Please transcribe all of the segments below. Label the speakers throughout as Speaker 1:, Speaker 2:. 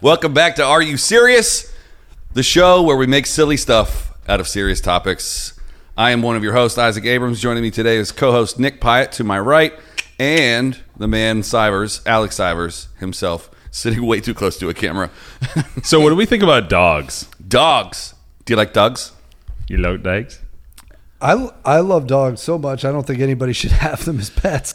Speaker 1: Welcome back to Are You Serious? The show where we make silly stuff out of serious topics. I am one of your hosts, Isaac Abrams. Joining me today is co host Nick Pyatt to my right and the man Sivers, Alex Sivers himself, sitting way too close to a camera.
Speaker 2: So, what do we think about dogs?
Speaker 1: dogs. Do you like dogs?
Speaker 2: You love dogs?
Speaker 3: I, I love dogs so much. I don't think anybody should have them as pets.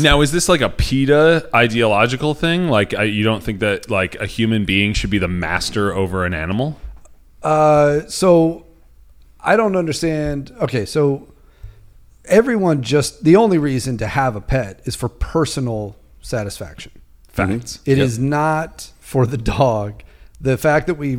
Speaker 2: Now, is this like a PETA ideological thing? Like, I, you don't think that like a human being should be the master over an animal?
Speaker 3: Uh, so I don't understand. Okay, so everyone just the only reason to have a pet is for personal satisfaction.
Speaker 2: Facts.
Speaker 3: Mm-hmm. It is not for the dog. The fact that we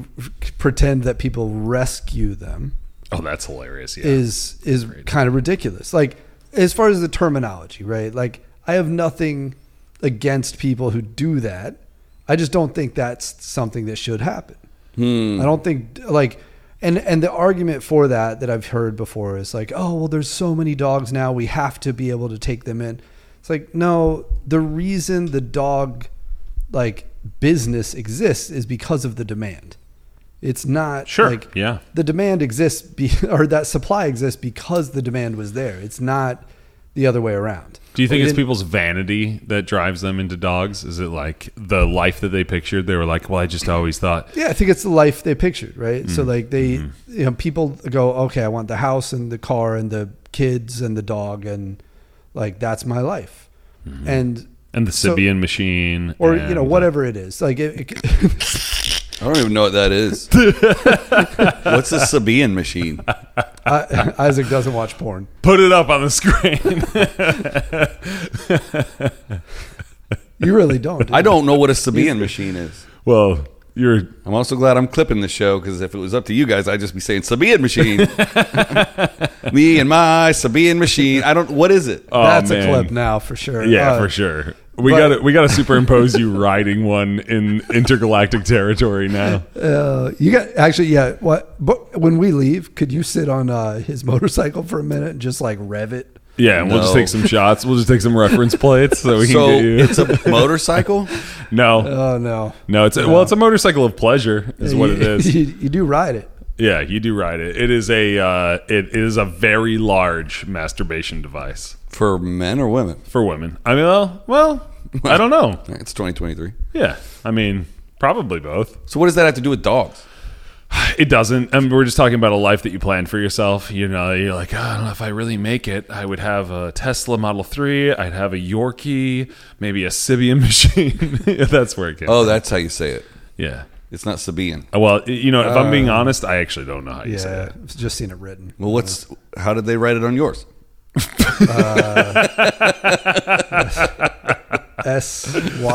Speaker 3: pretend that people rescue them
Speaker 2: Oh, that's hilarious. Yeah.
Speaker 3: is is kind of ridiculous. Like as far as the terminology, right? Like I have nothing against people who do that. I just don't think that's something that should happen.
Speaker 2: Hmm.
Speaker 3: I don't think like and and the argument for that that I've heard before is like, "Oh, well there's so many dogs now, we have to be able to take them in." It's like, "No, the reason the dog like business exists is because of the demand." It's not
Speaker 2: Sure,
Speaker 3: like
Speaker 2: yeah.
Speaker 3: the demand exists be, or that supply exists because the demand was there. It's not the other way around.
Speaker 2: do you think
Speaker 3: We
Speaker 2: it's
Speaker 3: didn't-
Speaker 2: people's vanity that drives them into dogs? Is it like the life that they pictured? They were like, well, I just always thought
Speaker 3: Yeah, I think it's the life they pictured, right?
Speaker 2: Mm-hmm.
Speaker 3: So like they, you know, people go, okay, I want the house and the car and the kids and the dog and like that's my life, and
Speaker 2: and the
Speaker 3: So-
Speaker 2: Sibian machine,
Speaker 3: or you
Speaker 2: Mm-hmm. and- uh,
Speaker 3: know whatever it is, like it, it,
Speaker 1: I don't even know what that is. What's a Sabian machine?
Speaker 3: I, Isaac doesn't watch porn.
Speaker 2: Put it up on the screen.
Speaker 3: You really don't. do
Speaker 1: I
Speaker 3: you?
Speaker 1: don't know what a Sabian machine is.
Speaker 2: well, you're
Speaker 1: I'm also glad I'm clipping this show because if it was up to you guys, I'd just be saying Sabian machine. Me and my Sabian machine. I don't. What is it?
Speaker 2: oh,
Speaker 3: That's
Speaker 2: man.
Speaker 3: a clip now for sure.
Speaker 2: Yeah,
Speaker 3: Uh,
Speaker 2: for sure. We
Speaker 3: but-
Speaker 2: got to we got to superimpose you riding one in intergalactic territory now.
Speaker 3: Uh, you got actually, yeah. What? But when we leave, could you sit on uh, his motorcycle for a minute and just like rev it?
Speaker 2: Yeah, and we'll just
Speaker 1: No.
Speaker 2: take some shots. We'll just take some reference plates so we can
Speaker 1: so
Speaker 2: get you.
Speaker 1: it's a motorcycle.
Speaker 2: no,
Speaker 3: Oh no,
Speaker 2: no, it's a, well, it's a motorcycle of pleasure, is what it
Speaker 3: You-
Speaker 2: is.
Speaker 3: You, you do ride it.
Speaker 2: Yeah, you do ride it. It is a uh, it is a very large masturbation device
Speaker 1: For men or women?
Speaker 2: for women. I mean, well, well, I don't know.
Speaker 1: It's 2023.
Speaker 2: Yeah, I mean, probably both.
Speaker 1: So what does that have to do with dogs?
Speaker 2: It doesn't. I mean, we're just talking about a life that you plan for yourself. You know, you're like, "Oh, I don't know if I really make it. I would have a Tesla Model 3. I'd have a Yorkie, maybe a Sibian machine. That's where it came.
Speaker 1: Oh, that's how you say it.
Speaker 2: Yeah.
Speaker 1: It's not Sabian.
Speaker 2: Well, you know, if I'm being honest, I actually don't know how you say
Speaker 3: Uh, Yeah,
Speaker 2: it.
Speaker 3: uh, I've just seen it written.
Speaker 1: Well, what's how did they write it on yours?
Speaker 3: S Y.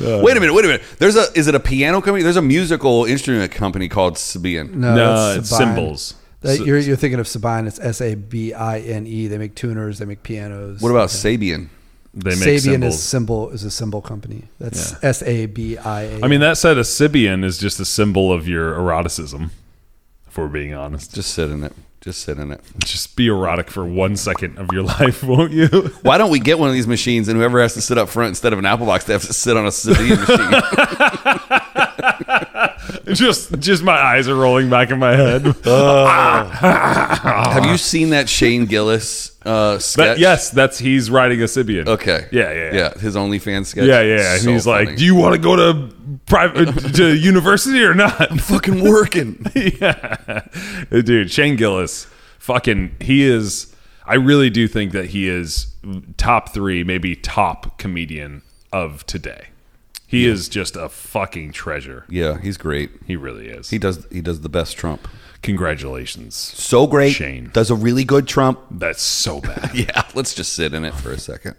Speaker 2: Uh,
Speaker 1: wait a minute. Wait a minute. There's a is it a piano company? There's a musical instrument company called Sabian.
Speaker 3: No,
Speaker 2: no,
Speaker 3: that's
Speaker 2: it's
Speaker 3: Sabine.
Speaker 2: symbols.
Speaker 3: That, you're, you're thinking of Sabine. It's S A B I N E. They make tuners. They make pianos.
Speaker 1: What about Sabian?
Speaker 2: They make
Speaker 3: Sabian
Speaker 2: symbols.
Speaker 3: is symbol is a symbol company. That's S A B I A. E.
Speaker 2: I mean, that said, a Sibian is just a symbol of your eroticism, if we're being honest.
Speaker 1: Just sit in it. Just sit in it.
Speaker 2: Just be erotic for one second of your life, won't you?
Speaker 1: Why don't we get one of these machines and whoever has to sit up front instead of an Apple box, they have to sit on a Sabian machine?
Speaker 2: just just my eyes are rolling back in my head.
Speaker 1: Have you seen that Shane Gillis uh, sketch?
Speaker 2: That, yes, that's he's riding a Sibian.
Speaker 1: Okay.
Speaker 2: Yeah, yeah, yeah.
Speaker 1: Yeah, his OnlyFans sketch.
Speaker 2: Yeah, yeah. And
Speaker 1: So
Speaker 2: he's
Speaker 1: funny.
Speaker 2: like, "Do you want to go to private to university or not?"
Speaker 1: fucking working?
Speaker 2: yeah, dude. Shane Gillis, fucking, he is. I really do think that he is top three, maybe top comedian of today. He is just a fucking treasure.
Speaker 1: yeah, he's great.
Speaker 2: He really is.
Speaker 1: He does he does the best Trump.
Speaker 2: Congratulations.
Speaker 1: So great.
Speaker 2: Shane.
Speaker 1: does a really good Trump.
Speaker 2: That's so bad.
Speaker 1: Yeah, let's just sit in it for a second.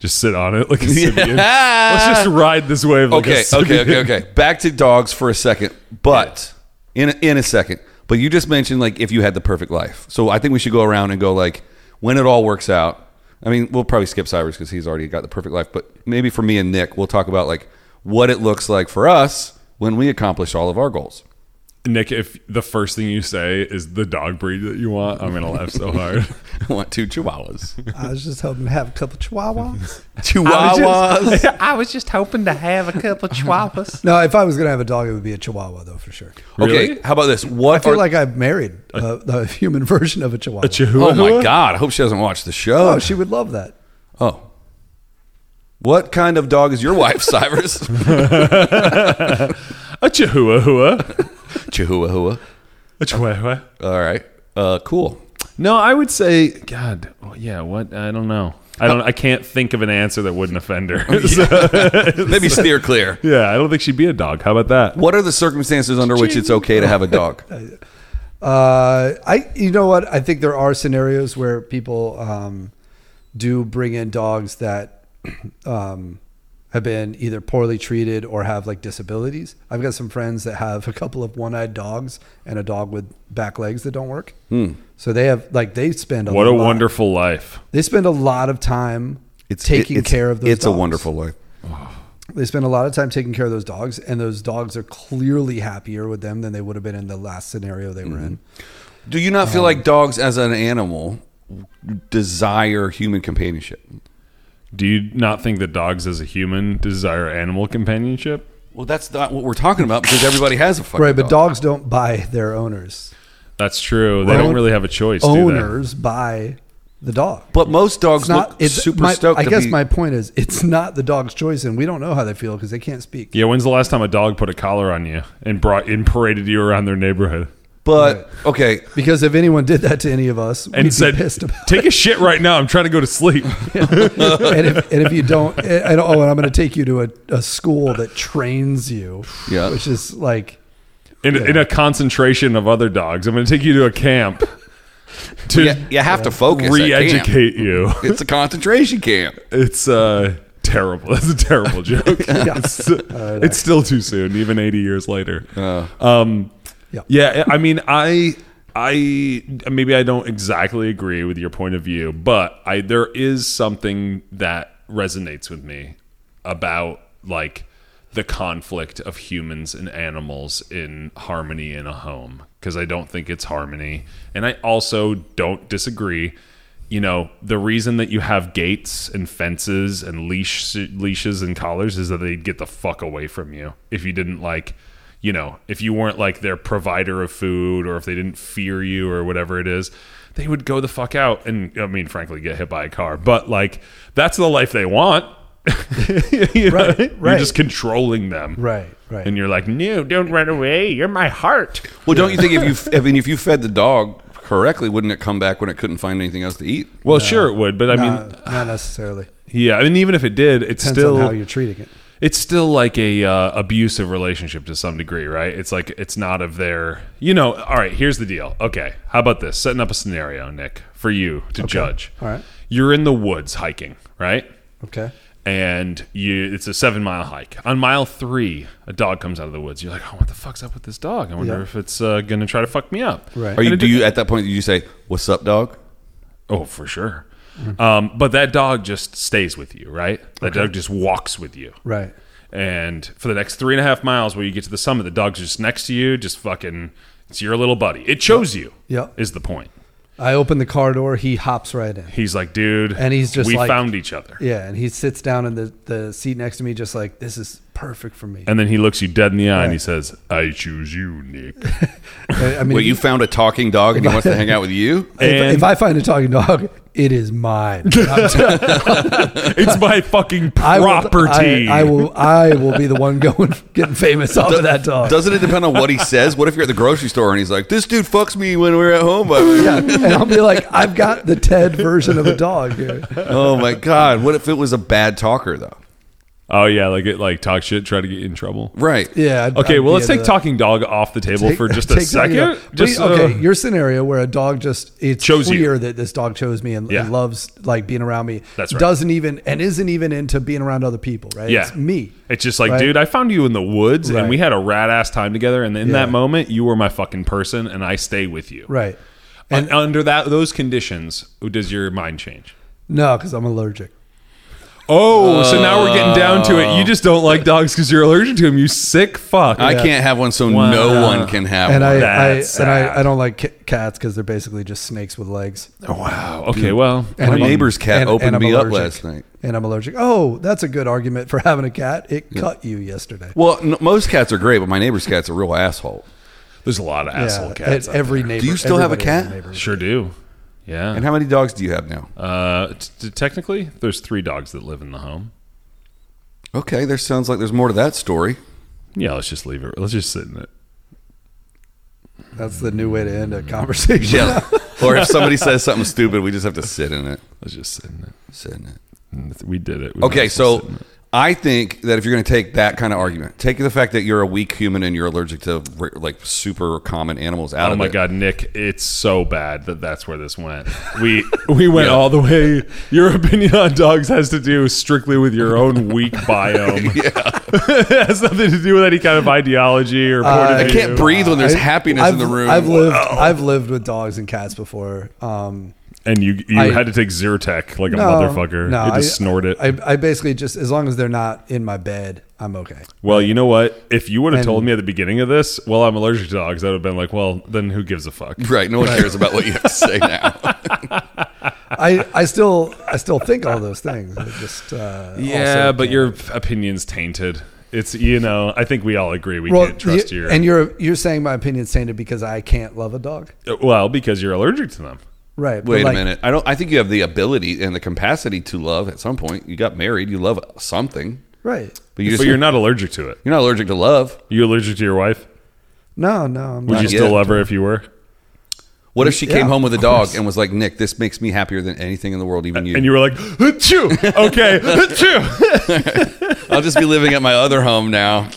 Speaker 2: Just sit on it like a Sibian. Let's just ride this wave. Like
Speaker 1: okay, okay,
Speaker 2: a
Speaker 1: okay,
Speaker 2: Sibian.
Speaker 1: okay. Back to dogs for a second, but in a, in a second. But you just mentioned like if you had the perfect life, so I think we should go around and go like when it all works out. I mean, we'll probably skip Cyrus because he's already got the perfect life, but maybe for me and Nick, we'll talk about like what it looks like for us when we accomplish all of our goals.
Speaker 2: Nick, if the first thing you say is the dog breed that you want, I'm gonna laugh so hard.
Speaker 1: I want two chihuahuas.
Speaker 3: I was just hoping to have a couple chihuahuas.
Speaker 1: Chihuahuas.
Speaker 4: I was just hoping to have a couple chihuahuas.
Speaker 3: no, if I was going to have a dog, it would be a chihuahua, though, for sure.
Speaker 1: Okay, how about this? What
Speaker 3: I feel
Speaker 1: are-
Speaker 3: like I've married a, a human version of a chihuahua.
Speaker 1: Oh my god, I hope she doesn't watch the show.
Speaker 3: oh, she would love that.
Speaker 1: Oh. What kind of dog is your wife, Cyrus?
Speaker 2: A chihuahua.
Speaker 1: Chihuahua.
Speaker 2: A chihuahua.
Speaker 1: All right. Uh, cool.
Speaker 2: No, I would say, God, oh, yeah. What? I don't know. I don't. I can't think of an answer that wouldn't offend her. So,
Speaker 1: Maybe steer clear.
Speaker 2: yeah, I don't think she'd be a dog. How about that?
Speaker 1: What are the circumstances under which it's okay to have a dog?
Speaker 3: Uh, I, you know what? I think there are scenarios where people um, do bring in dogs that um, have been either poorly treated or have like disabilities. I've got some friends that have a couple of one-eyed dogs and a dog with back legs that don't work.
Speaker 1: Hmm.
Speaker 3: So they have like they spend a
Speaker 2: What a
Speaker 3: lot-
Speaker 2: wonderful life.
Speaker 3: they spend a lot of time taking
Speaker 1: it's-
Speaker 3: care of those.
Speaker 1: It's a
Speaker 3: dogs.
Speaker 1: wonderful life.
Speaker 3: They spend a lot of time taking care of those dogs, and those dogs are clearly happier with them than they would have been in the last scenario they were in.
Speaker 1: Do you not feel
Speaker 3: Um,
Speaker 1: like dogs, as an animal, desire human companionship?
Speaker 2: Do you not think that dogs, as a human, desire animal companionship?
Speaker 1: Well, that's not what we're talking about because everybody has a fucking
Speaker 3: Right, but
Speaker 1: dog.
Speaker 3: dogs don't buy their owners.
Speaker 2: That's true. They don't
Speaker 3: Own-
Speaker 2: really have a choice. Do
Speaker 3: Owners buy the dog.
Speaker 1: But most dogs
Speaker 3: It's not.
Speaker 1: look
Speaker 3: It's
Speaker 1: super
Speaker 3: my,
Speaker 1: stoked.
Speaker 3: I
Speaker 1: to
Speaker 3: guess
Speaker 1: be-
Speaker 3: my point is, it's not the dog's choice, and we don't know how they feel because they can't speak.
Speaker 2: they? Yeah. When's the last time a dog put a collar on you and brought and paraded you around their neighborhood
Speaker 1: But okay,
Speaker 3: Because if anyone did that to any of us, we'd
Speaker 2: and
Speaker 3: be
Speaker 2: said,
Speaker 3: pissed about
Speaker 2: "Take a shit right now. I'm trying to go to sleep."
Speaker 3: it. and, if, and if you don't, I don't. Oh, and I'm going to take you to a, a school that trains you.
Speaker 1: Yeah.
Speaker 3: which is like
Speaker 2: in, in a concentration of other dogs. I'm going to take you to a camp to
Speaker 1: you, you have to focus. at camp.
Speaker 2: re-educate you.
Speaker 1: It's a concentration camp.
Speaker 2: It's uh, terrible. That's a terrible joke. it's, it's still too soon, even 80 years later.
Speaker 1: Uh,
Speaker 3: Uh,
Speaker 2: um,
Speaker 3: Yeah.
Speaker 2: yeah. I mean, I, I maybe I don't exactly agree with your point of view, but I there is something that resonates with me about like the conflict of humans and animals in harmony in a home because I don't think it's harmony, and I also don't disagree you know the reason that you have gates and fences and leash leashes and collars is that they'd get the fuck away from you if you didn't like you know if you weren't like their provider of food or if they didn't fear you or whatever it is they would go the fuck out and i mean frankly get hit by a car but like that's the life they want You know?
Speaker 3: Right,
Speaker 2: you're
Speaker 3: right.
Speaker 2: just controlling them
Speaker 3: right, right.
Speaker 2: and you're like no don't run away you're my heart
Speaker 1: Well, don't you think if you, I mean, if you fed the dog correctly, wouldn't it come back when it couldn't find anything else to eat?
Speaker 2: well sure it would but i
Speaker 3: Uh,
Speaker 2: mean
Speaker 3: not necessarily.
Speaker 2: yeah and even if it did it's
Speaker 3: Depends
Speaker 2: still
Speaker 3: on how you're treating it.
Speaker 2: it's still like a uh, abusive relationship to some degree, right? It's like it's not of their, you know. All right, here's the deal. Okay, how about this? Setting up a scenario, Nick, for you to judge.
Speaker 3: All right.
Speaker 2: you're in the woods hiking, right?
Speaker 3: Okay.
Speaker 2: And you, it's a seven mile hike. On mile three, a dog comes out of the woods. You're like, oh, what the fuck's up with this dog? I wonder
Speaker 3: Yeah.
Speaker 2: if it's uh, gonna try to fuck me up.
Speaker 3: Right.
Speaker 1: Are you
Speaker 2: And
Speaker 1: do
Speaker 2: it-
Speaker 1: you at that point? Do you say, "What's up, dog"?
Speaker 2: Oh, for sure.
Speaker 3: Mm-hmm.
Speaker 2: Um, but that dog just stays with you, right? That dog just walks with you.
Speaker 3: Right.
Speaker 2: And for the next three and a half miles, where you get to the summit, the dog's just next to you, just fucking. It's your little buddy. It chose you.
Speaker 3: Yep.
Speaker 2: Is the point.
Speaker 3: I open the car door. He hops right in.
Speaker 2: He's like, dude.
Speaker 3: And he's just
Speaker 2: We
Speaker 3: like-
Speaker 2: found each other.
Speaker 3: Yeah, and he sits down in the, the seat next to me, just like this is perfect for me.
Speaker 2: And then he looks you dead in the eye and he says, "I choose you, Nick."
Speaker 3: I, I mean,
Speaker 1: Well, you found a talking dog and he wants to hang out with you.
Speaker 3: if,
Speaker 2: And-
Speaker 3: if I find a talking dog, it is mine.
Speaker 2: it's my fucking
Speaker 3: I will-
Speaker 2: property.
Speaker 3: I, I will. I will be the one going getting famous off of that dog.
Speaker 1: Doesn't it depend on what he says? What if you're at the grocery store and he's like, "This dude fucks me when we're at home"? But
Speaker 3: yeah, and I'll be like, I've got the Ted version of a dog here.
Speaker 1: oh my god, what if it was a bad talker though?
Speaker 2: Oh yeah, like it, like talk shit, try to get you in trouble.
Speaker 1: Right?
Speaker 3: Yeah. I'd-
Speaker 2: Okay,
Speaker 3: I'd
Speaker 2: well,
Speaker 3: be
Speaker 2: let's
Speaker 3: into
Speaker 2: take
Speaker 3: that.
Speaker 2: talking dog off the table
Speaker 3: Take-
Speaker 2: for just a
Speaker 3: take talking
Speaker 2: second.
Speaker 3: dog. But
Speaker 2: Just
Speaker 3: you- okay,
Speaker 2: uh,
Speaker 3: your scenario where a dog just it's
Speaker 2: Chose you.
Speaker 3: clear that this dog chose me and, and
Speaker 2: Yeah.
Speaker 3: loves like being around me.
Speaker 2: That's right.
Speaker 3: Doesn't even and isn't even into being around other people. Right.
Speaker 2: Yeah.
Speaker 3: It's me.
Speaker 2: It's just like,
Speaker 3: Right?
Speaker 2: dude, I found you in the woods
Speaker 3: Right.
Speaker 2: and we had a rad ass time together. And in
Speaker 3: Yeah.
Speaker 2: that moment, you were my fucking person and I stay with you.
Speaker 3: Right.
Speaker 2: And under that those conditions, does your mind change?
Speaker 3: No, because I'm allergic.
Speaker 2: Oh, so now we're getting down to it. You just don't like dogs because you're allergic to them. You sick fuck.
Speaker 1: I can't have one, so no one can have
Speaker 3: and
Speaker 1: one.
Speaker 3: I, I
Speaker 2: That's
Speaker 3: and
Speaker 2: sad.
Speaker 3: I, I don't like ca- cats because they're basically just snakes with legs.
Speaker 2: wow. Okay. Well,
Speaker 3: And
Speaker 1: Oh, My
Speaker 3: I'm-
Speaker 1: neighbor's cat
Speaker 3: and-
Speaker 1: opened
Speaker 3: and I'm
Speaker 1: me up
Speaker 3: allergic.
Speaker 1: last night.
Speaker 3: And I'm allergic. Oh, that's a good argument for having a cat. It cut you yesterday.
Speaker 1: Well, n- most cats are great, but my neighbor's cat's a real asshole.
Speaker 2: there's a lot of asshole
Speaker 3: Yeah,
Speaker 2: cats.
Speaker 3: at
Speaker 2: out
Speaker 3: every neighbor.
Speaker 1: Do you still have a
Speaker 3: everybody has
Speaker 1: cat?
Speaker 3: neighbor.
Speaker 2: there. sure do. Yeah.
Speaker 1: And how many dogs do you have now?
Speaker 2: uh, t- t- technically, there's three dogs that live in the home.
Speaker 1: Okay, there sounds like there's more to that story.
Speaker 2: Yeah. Let's just leave it. Let's just sit in it.
Speaker 3: That's the new way to end a conversation.
Speaker 1: Yeah. or if somebody says something stupid, we just have to sit in it.
Speaker 2: Let's just sit in it.
Speaker 1: Sit in it.
Speaker 2: And We did it. We might
Speaker 1: Okay,
Speaker 2: as well sit
Speaker 1: so
Speaker 2: in it.
Speaker 1: I think that if you're going to take that kind of argument, take the fact that you're a weak human and you're allergic to r- like super common animals out
Speaker 2: Oh
Speaker 1: of
Speaker 2: my
Speaker 1: it.
Speaker 2: god, Nick! It's so bad that that's where this went. We we went all the way. Your opinion on dogs has to do strictly with your own weak biome. it has nothing to do with any kind of ideology
Speaker 3: Uh,
Speaker 2: or. point of
Speaker 1: I
Speaker 2: view.
Speaker 1: can't breathe when there's
Speaker 3: I-
Speaker 1: happiness
Speaker 3: I've,
Speaker 1: in the room.
Speaker 3: I've lived. I've lived with dogs and cats before. Um,
Speaker 2: And you you
Speaker 3: I-
Speaker 2: had to take Zyrtec like a
Speaker 3: no,
Speaker 2: motherfucker.
Speaker 3: No,
Speaker 2: you
Speaker 3: I-
Speaker 2: had to snort it.
Speaker 3: I, I basically just as long as they're not in my bed, I'm okay.
Speaker 2: well, you know what? If you would have
Speaker 3: And-
Speaker 2: told me at the beginning of this, well, I'm allergic to dogs, I would have been like, well, then who gives a fuck?
Speaker 1: Right, no one cares about what you have to say now.
Speaker 3: I, I still I still think all those things. I just uh,
Speaker 2: Yeah,
Speaker 3: also
Speaker 2: but
Speaker 3: can't.
Speaker 2: your opinion's tainted. It's you know, I think we all agree we
Speaker 3: Well,
Speaker 2: can't trust
Speaker 3: you-
Speaker 2: your
Speaker 3: and you're you're saying my opinion's tainted because I can't love a dog,
Speaker 2: well because you're allergic to them.
Speaker 3: right? but
Speaker 1: Wait
Speaker 3: like,
Speaker 1: a minute. I don't I think you have the ability and the capacity to love at some point. You got married, you love something.
Speaker 3: right?
Speaker 1: But you just
Speaker 2: but you're not allergic to it.
Speaker 1: you're not allergic to love.
Speaker 2: You allergic to your wife?
Speaker 3: No, no, I'm
Speaker 2: Would
Speaker 3: not.
Speaker 2: you still
Speaker 1: yet.
Speaker 2: love her if you were?
Speaker 1: What if she
Speaker 3: Yeah,
Speaker 1: came home with a
Speaker 3: of
Speaker 1: dog and was like, "Nick, this makes me happier than anything in the world, even you."
Speaker 2: And you were like, "Achoo! okay, achoo!"
Speaker 1: I'll just be living at my other home now.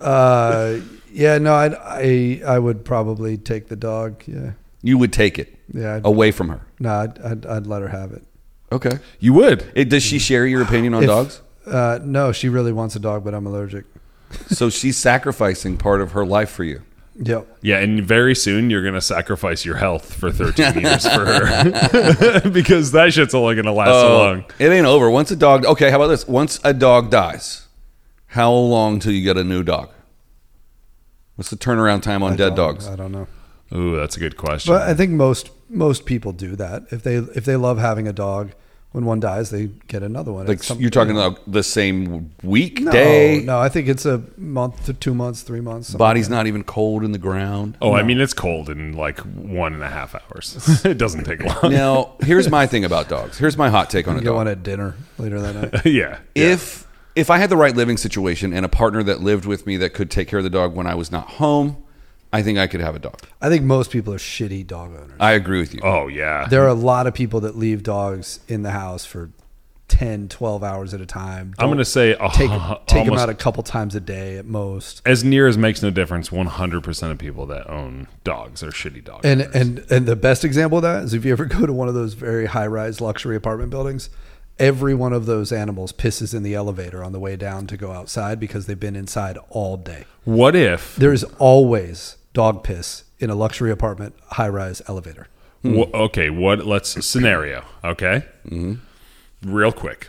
Speaker 3: Uh, yeah, no, I'd, I I would probably take the dog. Yeah,
Speaker 1: You would take it
Speaker 3: yeah. I'd,
Speaker 1: away from her.
Speaker 3: No, I'd, I'd, I'd let her have it.
Speaker 1: Okay.
Speaker 2: You would.
Speaker 1: It, does she share your opinion on
Speaker 3: If-
Speaker 1: dogs?
Speaker 3: Uh, no, she really wants a dog, but I'm allergic.
Speaker 1: So she's sacrificing part of her life for you.
Speaker 3: Yep.
Speaker 2: Yeah, and very soon you're gonna sacrifice your health for 13 years for her because that shit's only gonna last
Speaker 1: Oh.
Speaker 2: so long.
Speaker 1: Uh, It ain't over. Once a dog. Okay. How about this? Once a dog dies, how long till you get a new dog? What's the turnaround time on
Speaker 3: I
Speaker 1: dead
Speaker 3: don't-
Speaker 1: dogs?
Speaker 3: I don't know,
Speaker 2: Ooh, that's a good question.
Speaker 3: but uh, I think most most people do that. If they if they love having a dog, when one dies, they get another one.
Speaker 1: Like
Speaker 3: It's some-
Speaker 1: you're talking about the same week,
Speaker 3: no,
Speaker 1: day.
Speaker 3: No, I think it's a month to two months, three months. something
Speaker 1: Body's
Speaker 3: like that.
Speaker 1: not even cold in the ground.
Speaker 2: oh, I mean, it's cold in like one and a half hours. it doesn't take long.
Speaker 1: Now, here's my thing about dogs. Here's my hot take on a
Speaker 3: Go on
Speaker 1: dog.
Speaker 3: at dinner later that night.
Speaker 2: yeah.
Speaker 1: If if I had the right living situation and a partner that lived with me that could take care of the dog when I was not home, I think I could have a dog.
Speaker 3: I think most people are shitty dog owners.
Speaker 1: I agree with you.
Speaker 2: Oh yeah.
Speaker 3: There are a lot of people that leave dogs in the house for 10, 12 hours at a time.
Speaker 2: I'm
Speaker 3: Don't
Speaker 2: gonna say uh,
Speaker 3: take, take them
Speaker 2: almost-
Speaker 3: out a couple times a day at most.
Speaker 2: as near as makes no difference. 100 percent of people that own dogs are shitty dogs.
Speaker 3: And and and the best example of that is if you ever go to one of those very high rise luxury apartment buildings, every one of those animals pisses in the elevator on the way down to go outside because they've been inside all day.
Speaker 2: what if?
Speaker 3: There is always dog piss in a luxury apartment high rise elevator.
Speaker 1: Hmm.
Speaker 2: Wh- okay, what? Let's scenario. Okay,
Speaker 1: Mm-hmm.
Speaker 2: real quick.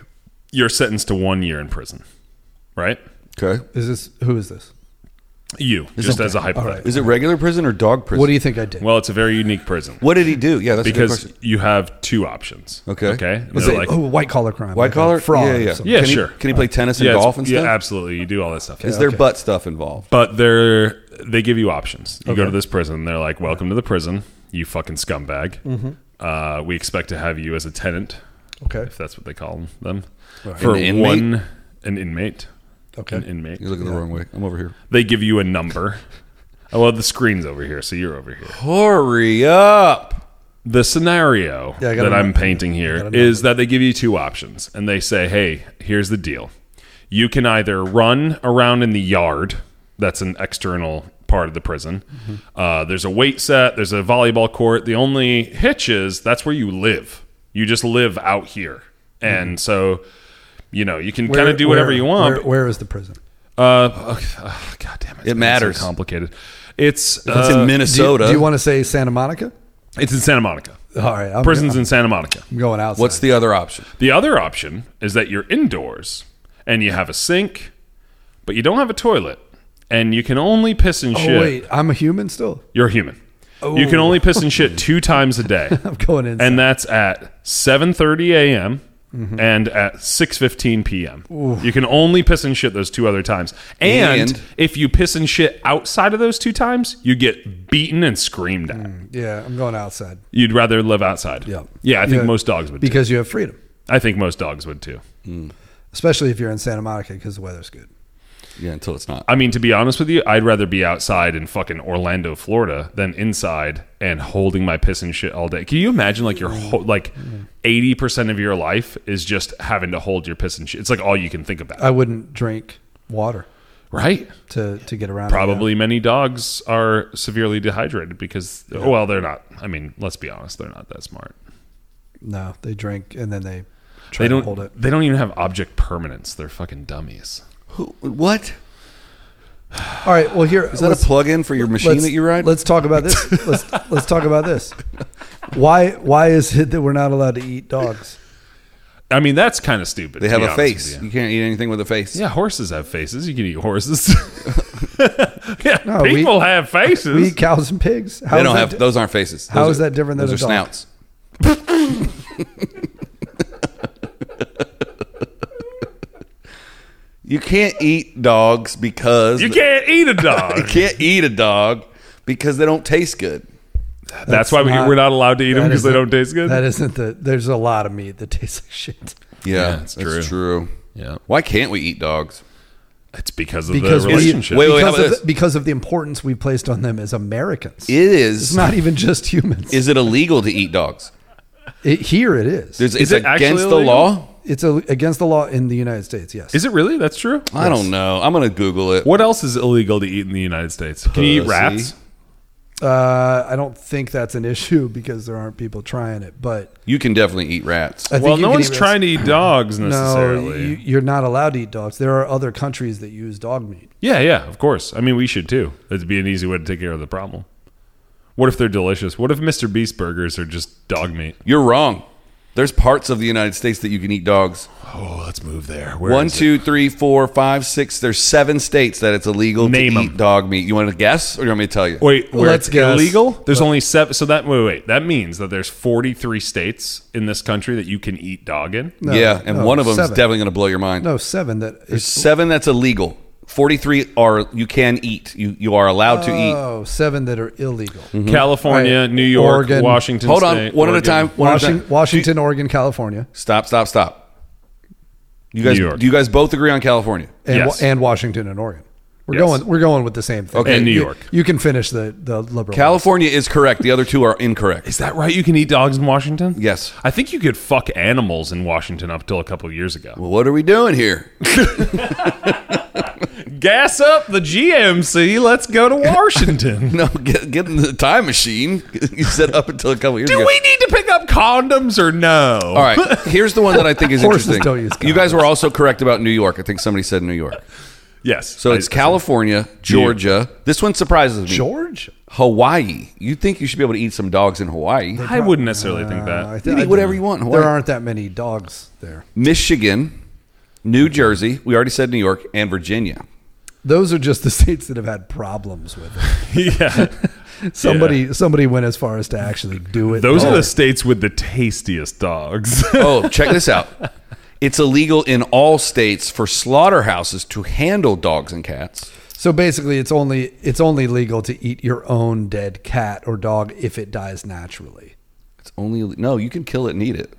Speaker 2: You're sentenced to one year in prison, right?
Speaker 1: Okay.
Speaker 3: Is this who is this?
Speaker 2: You just as a hypothetical.
Speaker 1: Is it regular prison or dog prison?
Speaker 3: What do you think I did?
Speaker 2: Well, it's a very unique prison
Speaker 1: What did he do? Yeah, that's a good
Speaker 2: because
Speaker 1: question.
Speaker 2: you have two options.
Speaker 1: Okay.
Speaker 2: Okay. And
Speaker 3: Was
Speaker 2: they're
Speaker 3: it
Speaker 2: like,
Speaker 3: oh, white collar crime?
Speaker 1: White
Speaker 3: like a
Speaker 1: collar?
Speaker 3: fraud?
Speaker 1: Yeah,
Speaker 3: or
Speaker 1: yeah.
Speaker 3: something.
Speaker 2: yeah,
Speaker 1: can
Speaker 2: sure.
Speaker 1: He, can he play tennis and
Speaker 2: yeah, it's-
Speaker 1: golf and
Speaker 2: yeah,
Speaker 1: stuff?
Speaker 2: absolutely. You do all that stuff.
Speaker 1: Is there
Speaker 3: okay.
Speaker 1: butt stuff involved?
Speaker 2: But they're they give you options. You go to this prison. They're like, "Welcome to the prison, you fucking scumbag. Uh, we expect to have you as a tenant,
Speaker 3: Okay.
Speaker 2: if that's what they call them, for
Speaker 1: An inmate?
Speaker 2: one an inmate,
Speaker 3: Okay.
Speaker 2: an inmate.
Speaker 1: You're looking the wrong way. I'm over here.
Speaker 2: They give you a number. oh well, the screen's over here, so you're over here.
Speaker 1: Hurry up.
Speaker 2: The scenario
Speaker 3: Yeah, I got
Speaker 2: that
Speaker 3: a
Speaker 2: I'm
Speaker 3: number.
Speaker 2: painting
Speaker 3: I got
Speaker 2: here
Speaker 3: a
Speaker 2: is that they give you two options, and they say, "Hey, here's the deal. You can either run around in the yard. That's an external." Part of the prison.
Speaker 3: Mm-hmm.
Speaker 2: Uh, there's a weight set. There's a volleyball court. The only hitch is that's where you live. You just live out here, and so you know you can kind
Speaker 3: Mm-hmm. Where-
Speaker 2: of do whatever
Speaker 3: where-
Speaker 2: you want.
Speaker 3: where-
Speaker 2: but-
Speaker 3: where is the prison?
Speaker 2: Uh, oh, oh, God damn it! It's been so
Speaker 1: matters.
Speaker 2: complicated. It's,
Speaker 1: It's
Speaker 2: uh,
Speaker 1: in
Speaker 3: Do you,
Speaker 1: Minnesota.
Speaker 3: do you want to say Santa Monica?
Speaker 2: It's in Santa Monica.
Speaker 3: All right, I'm,
Speaker 2: Prison's in Santa Monica.
Speaker 3: I'm going outside.
Speaker 1: What's the other option?
Speaker 2: The other option is that you're indoors and you have a sink, but you don't have a toilet, and you can only piss and
Speaker 3: oh,
Speaker 2: shit.
Speaker 3: wait? I'm a human still.
Speaker 2: You're human. You can only piss and shit two times a day,
Speaker 3: Oh. I'm going inside. Mm-hmm.
Speaker 2: and that's at 7:30 a.m. and at 6:15 p.m. You can only piss and shit those two other times. And,
Speaker 1: And-
Speaker 2: if you piss and shit outside of those two times, you get beaten and screamed at.
Speaker 3: yeah, I'm going outside
Speaker 2: You'd rather live outside.
Speaker 3: Yeah.
Speaker 2: Yeah, I think
Speaker 3: Yeah.
Speaker 2: most dogs would. Too.
Speaker 3: because you have freedom,
Speaker 2: I think most dogs would too.
Speaker 3: especially if you're in Santa Monica because the weather's good.
Speaker 1: Yeah, until it's not.
Speaker 2: I mean, to be honest with you, I'd rather be outside in fucking Orlando, Florida, than inside and holding my piss and shit all day. Can you imagine, like your whole, like eighty percent of your life is just having to hold your piss and shit? It's like all you can think about,
Speaker 3: I wouldn't drink water
Speaker 2: right?
Speaker 3: to to get around.
Speaker 2: Probably many dogs are severely dehydrated because, well, they're not. I mean, let's be honest, they're not that smart.
Speaker 3: No, they drink and then they try
Speaker 2: They
Speaker 3: to
Speaker 2: don't.
Speaker 3: hold it.
Speaker 2: They don't even have object permanence. They're fucking dummies.
Speaker 1: Who, what?
Speaker 3: All right. Well, here
Speaker 1: Is that a plug-in for your machine that you ride?
Speaker 3: Let's talk about this. let's let's talk about this. Why why is it that we're not allowed to eat dogs?
Speaker 2: I mean, that's kind of stupid.
Speaker 1: they
Speaker 2: to
Speaker 1: have
Speaker 2: be
Speaker 1: a
Speaker 2: honest with
Speaker 1: face.
Speaker 2: you.
Speaker 1: You can't eat anything with a face.
Speaker 2: Yeah, horses have faces. You can eat horses. yeah,
Speaker 3: No, we-
Speaker 2: people have faces.
Speaker 3: We eat cows and pigs. How
Speaker 1: They
Speaker 3: is
Speaker 1: don't
Speaker 3: that
Speaker 1: have
Speaker 3: di-
Speaker 1: those aren't faces.
Speaker 3: how
Speaker 1: Those
Speaker 3: is that different than
Speaker 1: those
Speaker 3: a
Speaker 1: are
Speaker 3: dog?
Speaker 1: snouts? you can't eat dogs because
Speaker 2: you can't eat a dog.
Speaker 1: you can't eat a dog because they don't taste good.
Speaker 2: that's, why we,
Speaker 3: not-
Speaker 2: we're not allowed to eat them
Speaker 3: that
Speaker 2: because they
Speaker 3: isn't-
Speaker 2: don't taste good.
Speaker 3: That isn't the. There's a lot of meat that tastes like shit.
Speaker 1: Yeah,
Speaker 2: that's
Speaker 1: that's,
Speaker 2: true.
Speaker 1: true.
Speaker 2: Yeah.
Speaker 1: Why can't we eat dogs?
Speaker 2: it's because of
Speaker 3: Because
Speaker 2: the
Speaker 3: we-
Speaker 2: relationship.
Speaker 1: Wait, wait, how
Speaker 3: because,
Speaker 1: about
Speaker 3: of
Speaker 1: this?
Speaker 3: the, because of the importance we placed on them as Americans.
Speaker 1: It is.
Speaker 3: it's not even just humans.
Speaker 1: Is it illegal to eat dogs?
Speaker 3: It, here it is.
Speaker 1: There's, it's
Speaker 2: Is it actually
Speaker 1: against the
Speaker 2: illegal?
Speaker 1: law.
Speaker 3: it's a, against the law in the United States. Yes.
Speaker 2: Is it really? That's true.
Speaker 1: I don't know. I'm gonna Google it.
Speaker 2: What else is illegal to eat in the United States? Can you eat
Speaker 1: Pussy.
Speaker 2: rats?
Speaker 3: uh, I don't think that's an issue because there aren't people trying it. But
Speaker 1: You can definitely eat rats.
Speaker 3: I think
Speaker 2: Well,
Speaker 3: you
Speaker 2: no
Speaker 3: can
Speaker 2: one's
Speaker 3: eat rats.
Speaker 2: trying to eat dogs
Speaker 3: No,
Speaker 2: necessarily.
Speaker 3: you, you're not allowed to eat dogs. There are other countries that use dog meat.
Speaker 2: yeah, yeah, of course. I mean, we should too. That'd be an easy way to take care of the problem. What if they're delicious? What if Mr. Beast burgers are just dog meat?
Speaker 1: You're wrong. There's parts of the United States that you can eat dogs.
Speaker 2: Oh, let's move there. Where
Speaker 1: One,
Speaker 2: is it?
Speaker 1: two, three, four, five, six. There's seven states that it's illegal
Speaker 2: Name
Speaker 1: to
Speaker 2: 'em.
Speaker 1: eat dog meat. You want to guess, or you want me to tell you?
Speaker 2: Wait, where
Speaker 3: Let's
Speaker 2: it's
Speaker 3: guess.
Speaker 2: illegal? There's only seven. So that wait, wait, that means that there's 43 states in this country that you can eat dog in.
Speaker 3: No,
Speaker 1: yeah, and
Speaker 3: no,
Speaker 1: one of them is
Speaker 3: seven.
Speaker 1: definitely going to blow your mind.
Speaker 3: No, seven. That
Speaker 1: There's
Speaker 3: is,
Speaker 1: seven that's illegal. Forty-three are you can eat. You you are allowed to
Speaker 2: Uh,
Speaker 1: eat.
Speaker 3: oh, seven that are illegal.
Speaker 2: Mm. Mm-hmm. California,
Speaker 3: Right.
Speaker 2: New York,
Speaker 3: Oregon.
Speaker 2: Washington.
Speaker 1: Hold on,
Speaker 2: State,
Speaker 1: one at a
Speaker 2: Oregon.
Speaker 1: time. One at a
Speaker 3: Washington,
Speaker 1: time.
Speaker 3: Washington Oregon, California,
Speaker 1: Stop, stop, stop. You guys,
Speaker 2: New York.
Speaker 1: do you guys both agree on California?
Speaker 3: and,
Speaker 2: Yes.
Speaker 3: Wa- and Washington and Oregon. We're
Speaker 2: Yes.
Speaker 3: going. We're going with the same thing.
Speaker 1: Okay. And
Speaker 2: New
Speaker 3: You-
Speaker 2: York.
Speaker 3: You, can finish the the liberal.
Speaker 1: California is correct. The other two are incorrect.
Speaker 2: Is that right? You can eat dogs in Washington?
Speaker 1: Yes.
Speaker 2: I think you could fuck animals in Washington up till a couple of years ago.
Speaker 1: Well, what are we doing here?
Speaker 2: Gas up the GMC. Let's go to Washington.
Speaker 1: No, get, get in the time machine. You said up until a couple years
Speaker 2: Do
Speaker 1: ago.
Speaker 2: we need to pick up condoms or no?
Speaker 1: All right, here's the one that I think is
Speaker 3: Horses
Speaker 1: interesting.
Speaker 3: don't use
Speaker 1: you guys were also correct about New York. I think somebody said New York.
Speaker 2: Yes.
Speaker 1: So it's California, Georgia. This one surprises me.
Speaker 3: George.
Speaker 1: Hawaii. You think you should be able to eat some dogs in Hawaii?
Speaker 2: I wouldn't necessarily think
Speaker 3: Uh,
Speaker 2: that.
Speaker 3: thi-
Speaker 1: You can eat whatever you want in
Speaker 3: There
Speaker 1: Hawaii.
Speaker 3: aren't that many dogs there.
Speaker 1: Michigan, New Jersey. We already said New York and Virginia.
Speaker 3: Those are just the states that have had problems with it.
Speaker 2: yeah.
Speaker 3: Somebody somebody went as far as to actually do it.
Speaker 2: Those are
Speaker 3: there.
Speaker 2: the states with the tastiest dogs.
Speaker 1: Oh, check this out. It's illegal in all states for slaughterhouses to handle dogs and cats.
Speaker 3: So basically, it's only it's only legal to eat your own dead cat or dog if it dies naturally.
Speaker 1: It's only no, you can kill it and eat it,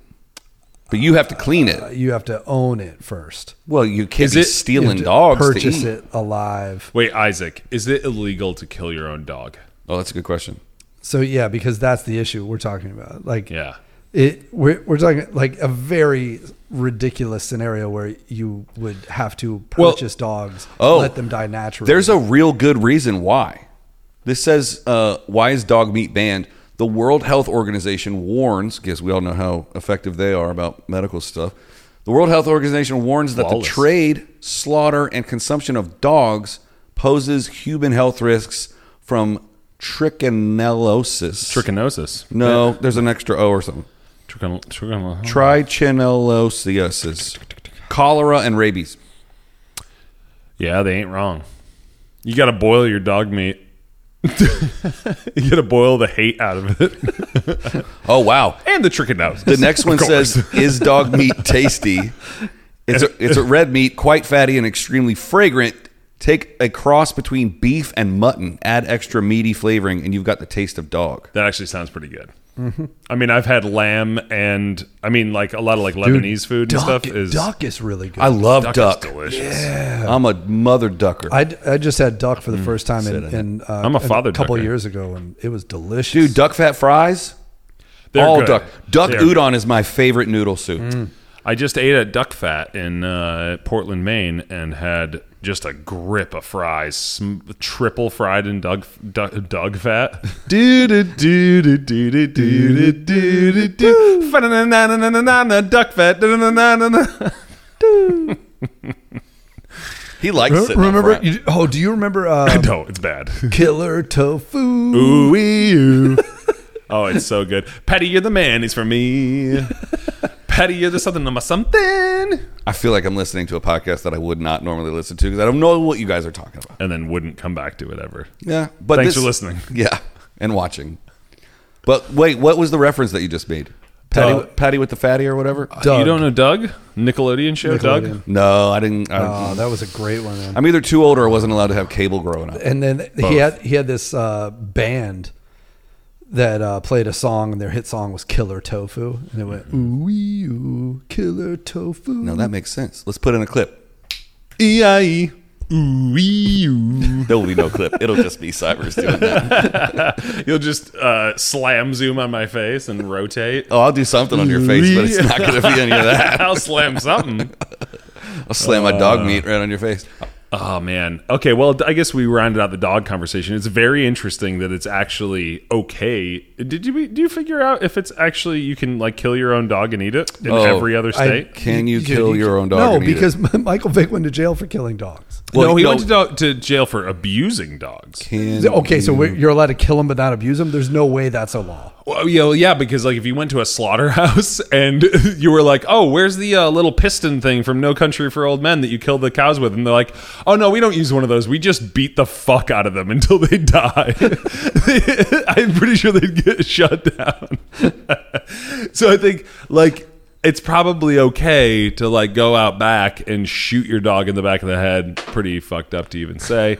Speaker 1: but you have to clean it.
Speaker 3: You have to own it first.
Speaker 1: Well, you can't
Speaker 2: Is
Speaker 1: be
Speaker 2: it-
Speaker 3: You have
Speaker 1: stealing
Speaker 3: to
Speaker 1: dogs.
Speaker 3: Purchase
Speaker 1: to eat.
Speaker 3: it alive.
Speaker 2: Wait, Isaac, is it illegal to kill your own dog?
Speaker 1: Oh, that's a good question.
Speaker 3: So yeah, because that's the issue we're talking about. Like
Speaker 2: Yeah.
Speaker 3: it, we're, we're talking like a very ridiculous scenario where you would have to
Speaker 1: Well-
Speaker 3: purchase dogs,
Speaker 1: Oh.
Speaker 3: let them die naturally.
Speaker 1: There's a real good reason why. This says, uh, why is dog meat banned? The World Health Organization warns, because we all know how effective they are about medical stuff. The World Health Organization warns that
Speaker 2: Flawless.
Speaker 1: the trade, slaughter, and consumption of dogs poses human health risks from trichinellosis.
Speaker 2: Trichinosis.
Speaker 1: no, there's an extra O or something.
Speaker 2: Trichin- trichin-
Speaker 1: Trichinellosis. Cholera and rabies.
Speaker 2: Yeah, they ain't wrong. You got to boil your dog meat. you got to boil the hate out of it
Speaker 1: Oh, wow.
Speaker 2: and the trichinosis.
Speaker 1: The next one says, "Is dog meat tasty?" It's a, it's a red meat, quite fatty and extremely fragrant. Take a cross between beef and mutton. Add extra meaty flavoring, and you've got the taste of dog.
Speaker 2: That actually sounds pretty good. Mm-hmm. I mean, I've had lamb and I mean, like a lot of like Lebanese food and
Speaker 3: duck,
Speaker 2: stuff is
Speaker 3: duck is really good.
Speaker 1: I love duck.
Speaker 2: duck is delicious.
Speaker 1: I'm a mother ducker,
Speaker 3: I, I just had duck
Speaker 2: Mm,
Speaker 3: for the first time in,
Speaker 1: it.
Speaker 3: in uh,
Speaker 2: I'm a father
Speaker 3: couple
Speaker 2: ducker.
Speaker 3: years ago, and it was delicious.
Speaker 1: dude. Duck fat fries.
Speaker 2: They're
Speaker 1: all
Speaker 2: good.
Speaker 1: duck. Duck
Speaker 2: They're Mm.
Speaker 1: udon is my favorite noodle soup.
Speaker 2: I just ate at Duck Fat in uh, Portland, Maine, and had just a grip of fries, sm- triple fried in Doug Doug, Doug Fat. Do-do-do-do-do-do-do-do-do. Fa-na-na-na-na-na-na-na, Duck Fat. da-na-na-na-na-na.
Speaker 1: He likes
Speaker 3: Re-
Speaker 1: it.
Speaker 3: remember? You, oh, do you remember uh,
Speaker 2: No, it's bad.
Speaker 3: Killer Tofu?
Speaker 2: Ooh, ooh. Oh, it's so good. Patty, you're the man. He's for me. Patty, you're the something. I'm a something.
Speaker 1: I feel like I'm listening to a podcast that I would not normally listen to because I don't know what you guys are talking about.
Speaker 2: And then wouldn't come back to it ever.
Speaker 1: Yeah, but
Speaker 2: Thanks
Speaker 1: this-
Speaker 2: for listening.
Speaker 1: Yeah, and watching. But wait, what was the reference that you just made? Patty,
Speaker 2: Doug.
Speaker 1: Patty with the fatty or whatever.
Speaker 3: Doug.
Speaker 2: You don't know Doug? Nickelodeon show, Doug?
Speaker 3: Nickelodeon.
Speaker 1: No, I didn't. I,
Speaker 3: Oh, that was a great one. Man.
Speaker 1: I'm either too old or I wasn't allowed to have cable growing up.
Speaker 3: And then he had he had this uh, band that uh, played a song, and their hit song was Killer Tofu, and it went ooh wee, ooh Killer Tofu.
Speaker 1: No, that makes sense. Let's put in a clip.
Speaker 2: E E-I-E. Ooh,
Speaker 1: There will be no clip. It'll just be Cybers doing that.
Speaker 2: You'll just uh, slam zoom on my face and rotate.
Speaker 1: Oh, I'll do something on your face, but it's not going to be any of that.
Speaker 2: I'll slam something.
Speaker 1: I'll slam my dog meat right on your face.
Speaker 2: Oh man. Okay. Well, I guess we rounded out the dog conversation. It's very interesting that it's actually okay. Did you do you figure out if it's actually you can like kill your own dog and eat it in
Speaker 1: Oh,
Speaker 2: every other
Speaker 3: I-
Speaker 2: state?
Speaker 1: Can you kill your own dog
Speaker 3: No,
Speaker 1: and eat it?
Speaker 3: because Michael Vick went to jail for killing dogs.
Speaker 1: well,
Speaker 2: no, he
Speaker 1: no.
Speaker 2: went to, dog, to jail for abusing dogs.
Speaker 1: Can
Speaker 3: Okay, so we're, you're allowed to kill them but not abuse them. There's no way that's a law.
Speaker 2: Well, yeah, well, yeah, because like if you went to a slaughterhouse and you were like, "Oh, where's the uh, little piston thing from No Country for Old Men that you killed the cows with?" and they're like, "Oh no, we don't use one of those. We just beat the fuck out of them until they die." I'm pretty sure they'd get shut down. so I think like it's probably okay to like go out back and shoot your dog in the back of the head. Pretty fucked up to even say.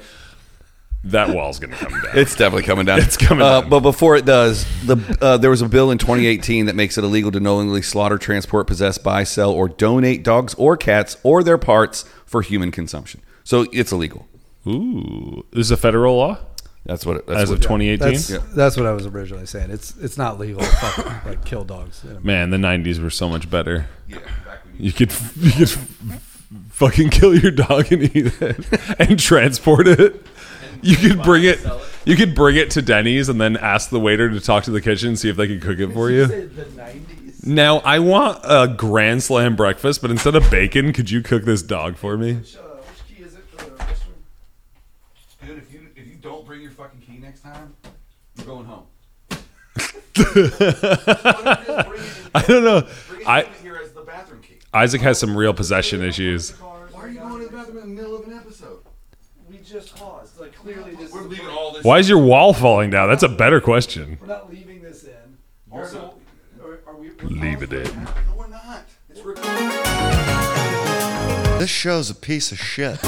Speaker 2: That wall's gonna come down.
Speaker 1: It's definitely coming down.
Speaker 2: It's coming
Speaker 1: Uh,
Speaker 2: down.
Speaker 1: But before it does, the uh, there was a bill in 2018 that makes it illegal to knowingly slaughter, transport, possess, buy, sell, or donate dogs or cats or their parts for human consumption. So it's illegal.
Speaker 2: Ooh, this is a federal law
Speaker 1: That's what. It, that's
Speaker 2: as
Speaker 1: what
Speaker 2: of 2018.
Speaker 3: That's that's what I was originally saying. It's it's not legal to fucking, like kill dogs. in America.
Speaker 2: Man, the '90s were so much better. You could you could fucking kill your dog and eat it and transport it. You could bring it. You could bring it to Denny's and then ask the waiter to talk to the kitchen and see if they could cook it for you. Now I want a grand slam breakfast, but instead of bacon, could you cook this dog for me?
Speaker 1: uh, Dude, if you if you don't bring your fucking key next time, you're going home.
Speaker 2: I don't know. I
Speaker 1: here as the bathroom key.
Speaker 2: Isaac has some real possession issues.
Speaker 1: Why are you going to the bathroom in the middle of an episode?
Speaker 3: We just paused. Like clearly, this
Speaker 1: We're leaving all this.
Speaker 2: Why is your wall falling down? That's a better question.
Speaker 3: we're not leaving this in.
Speaker 1: Also-
Speaker 3: are we?
Speaker 2: Leave it in.
Speaker 1: No, we're not. It's
Speaker 5: This show's a piece of shit.